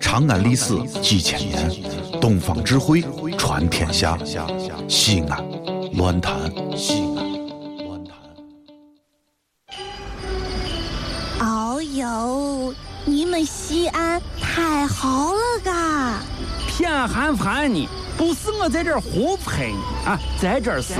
长安历史几千年，东方智慧传天下。西安，乱谈西安，乱谈。哦呦，你们西安太好了嘎！啊偏寒寒你，不是我在这儿胡喷你啊，在这儿是，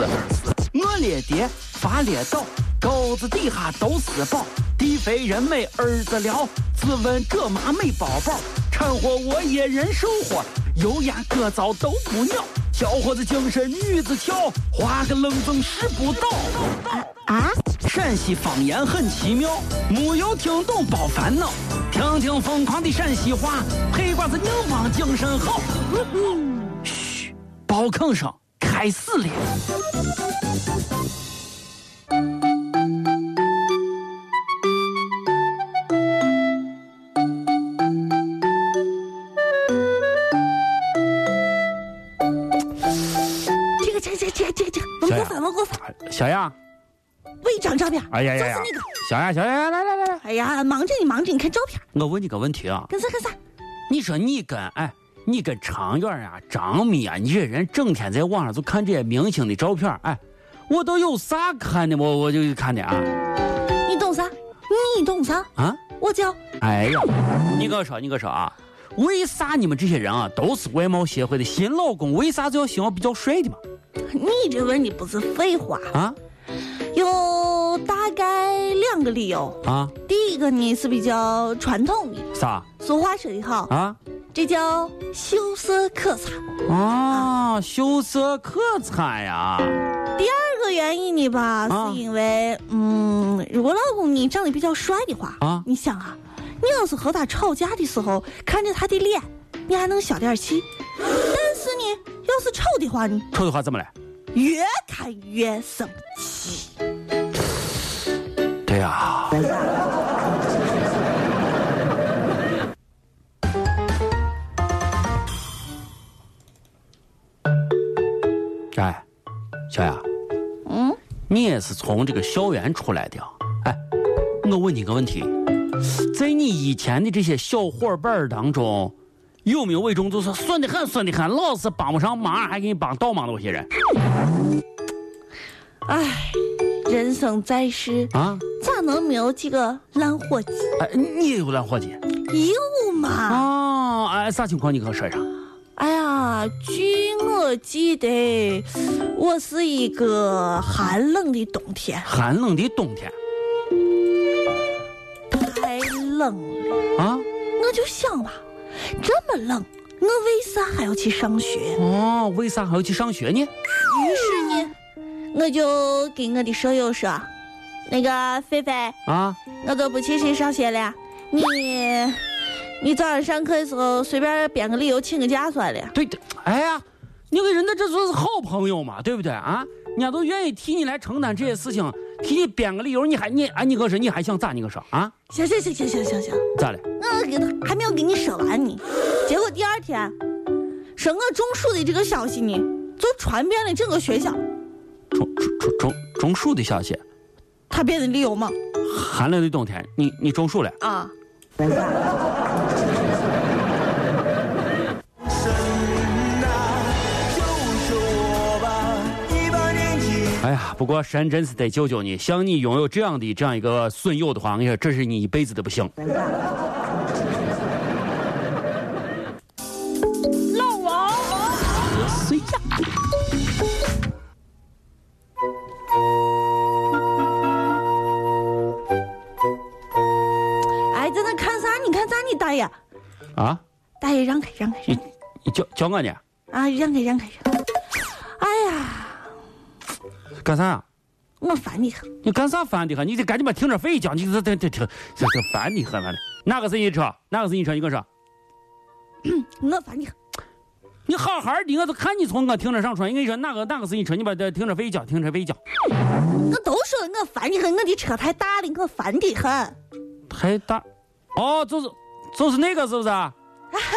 我列爹发列倒，沟子底下都是宝，地肥人美儿子了，自问这妈没宝宝，掺和我也人生活，油盐各糟都不尿，小伙子精神女子俏，花个愣风使不倒。啊，陕西方言很奇妙，没有听懂别烦恼，听听疯狂的陕西话，黑瓜子硬邦精神好。嘘，包吭声开始了。这个这这这这这，我们啊给我反问给我反，小样，喂张照片，哎呀呀就是呀那个，，小样小样，来来来来，哎呀，忙着你忙着，你看照片，我问你个问题啊，干啥干啥？你说你跟哎，你跟常远啊、张米啊，你这人整天在网上就看这些明星的照片，哎，我都有啥看的？我我就看的啊你懂啥？你懂啥？啊！我叫哎呀，你跟我说，你跟我说啊，为啥你们这些人啊都是外貌协会的新老公？为啥就要喜欢比较帅的嘛？你这问你不是废话，啊有大概两个理由。啊第一个呢是比较传统的，啥俗话说得好，啊这叫秀色可餐。啊？秀色可餐呀！这个原因呢吧，啊是因为，嗯，如果老公你长得比较帅的话，啊你想啊，你要是和他吵架的时候看着他的脸，你还能消点气；但是呢，要是丑的话呢，丑的话怎么了？越看越生气。对呀、哎，小雅，嗯，你也是从这个校园出来的啊？哎，我问你个问题，在你以前的这些小伙伴儿当中，有没有伪装就是损的很、损的很，老是帮不上忙，还给你帮倒忙的那些人唉，人生在世，啊？咋能没有几个烂伙计？哎，你也有烂伙计有嘛？啊？哎，啥情况？你给我说一说。哎呀，据我记得，我是一个寒冷的冬天，寒冷的冬天太冷了。啊，我就想吧，这么冷，我为啥还要去上学？哦，为啥还要去上学呢？于是呢，我就跟我的舍友说：“那个菲菲，啊，我都不去去上学了呀，你你早上上课的时候随便编个理由请个假算了。对的，哎呀，你跟人家这就是好朋友嘛，对不对啊？人家都愿意替你来承担这些事情，替你编个理由，你还你哎，你跟我说你还想咋？你跟我说啊，”行行行行行行行，咋了？我给他还没有给你说完呢。结果第二天，说我中暑的这个消息呢，就传遍了整个学校。中中中中中暑的消息，他编的理由嘛，寒冷的冬天，你你中暑了？啊，哎呀，不过神真是得救救你，像你拥有这样的这样一个损友的话，我跟你说，这是你一辈子的不幸。老王。谁呀？哎，在那看啥？你看啥？你大爷，啊，大爷让开，让开，让你开你叫叫我呢？啊，让开，让开，让开。哎呀，干啥呀？我烦你很。你干啥烦的很？你得赶紧把停车费交，你这这这这这这烦的很了。哪个是你车？哪个是你车？你跟我说，我烦你哎很。你好好的，我都看你从我停车上出来。你跟你说哪个哪个是你车？你把这停车费交，停车费交。我都说了，我烦你很，我的车太大了，我烦你很。太大，哦，就是就是那个是不是？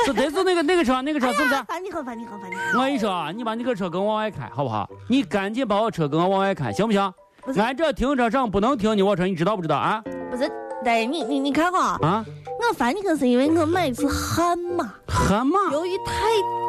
是得是那个那个车那个车是不是？啊烦你很，烦你很，烦你很。我跟你说啊，你把你个车给我往外开，好不好？你赶紧把我车给我往外开，行不行不？是俺这停车场不能停你我车，你知道不知道啊？不是，大爷，你你你看哈，啊，我我烦你可是因为我每次憨嘛，汗嘛，由于太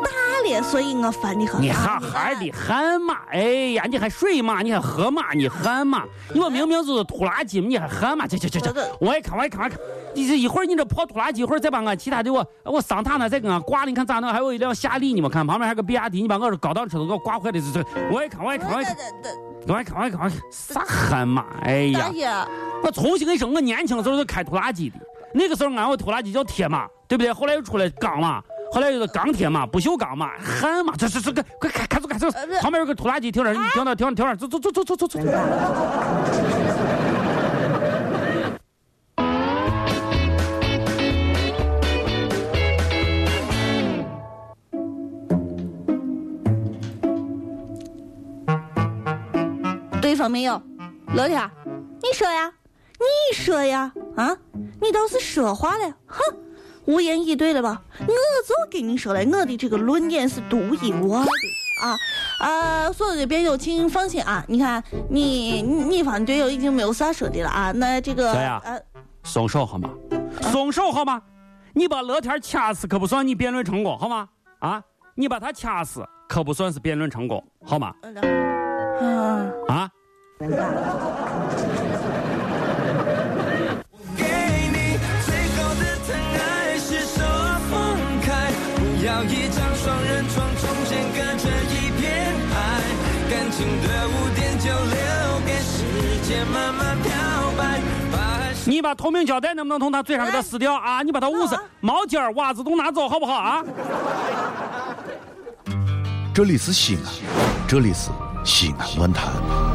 大了，所以我烦的很。 你还还得汗嘛？哎呀，你还睡嘛？你还喝嘛？你汗嘛？你我明明就是拖拉机嘛，你还汗嘛？这这这我的这，我也看我也看我也看，你这一会儿你这破拖拉机，一会儿再把我其他的我我桑塔纳再给我刮了，你看咋弄？还有一辆夏利，你们看旁边还有个比亚迪，你把我这高档车都给我刮坏了，这这我也看我也看我也看我也看我也看我也看，啥汗嘛？哎呀大，爷，我重新跟你说，我年轻的时候是开拖拉机的，那个时候俺我拖拉机叫铁马，对不对？后来又出来钢马，后来又是钢铁马、不锈钢马、焊马，这这这个，快开开走开走呃啊不是，旁边有个拖拉机停那儿，你停那儿停那儿停那儿，走走走走走走走。对方没有，聊天儿，你说呀，你说呀，啊，你倒是说话了，哼，无言以对了吧？我就跟你说了，我的这个论点是独一无二的啊啊！所有的辩友，请放心啊！你看，你你你方队友已经没有啥说的了啊。那这个谁呀呃，松手好吗？松手好吗？你把乐天掐死可不算你辩论成功好吗？啊，你把他掐死可不算是辩论成功好吗？嗯啊，啊，给你最高的疼爱是手放开，不要一张双人床，中间隔着一片海，感情的污点就留给时间慢慢漂白。把你把透明胶带能不能从他嘴上给他撕掉啊？你把他捂死哎啊，毛巾儿、袜子都拿走好不好啊？这里是西安，这里是西安乱坛。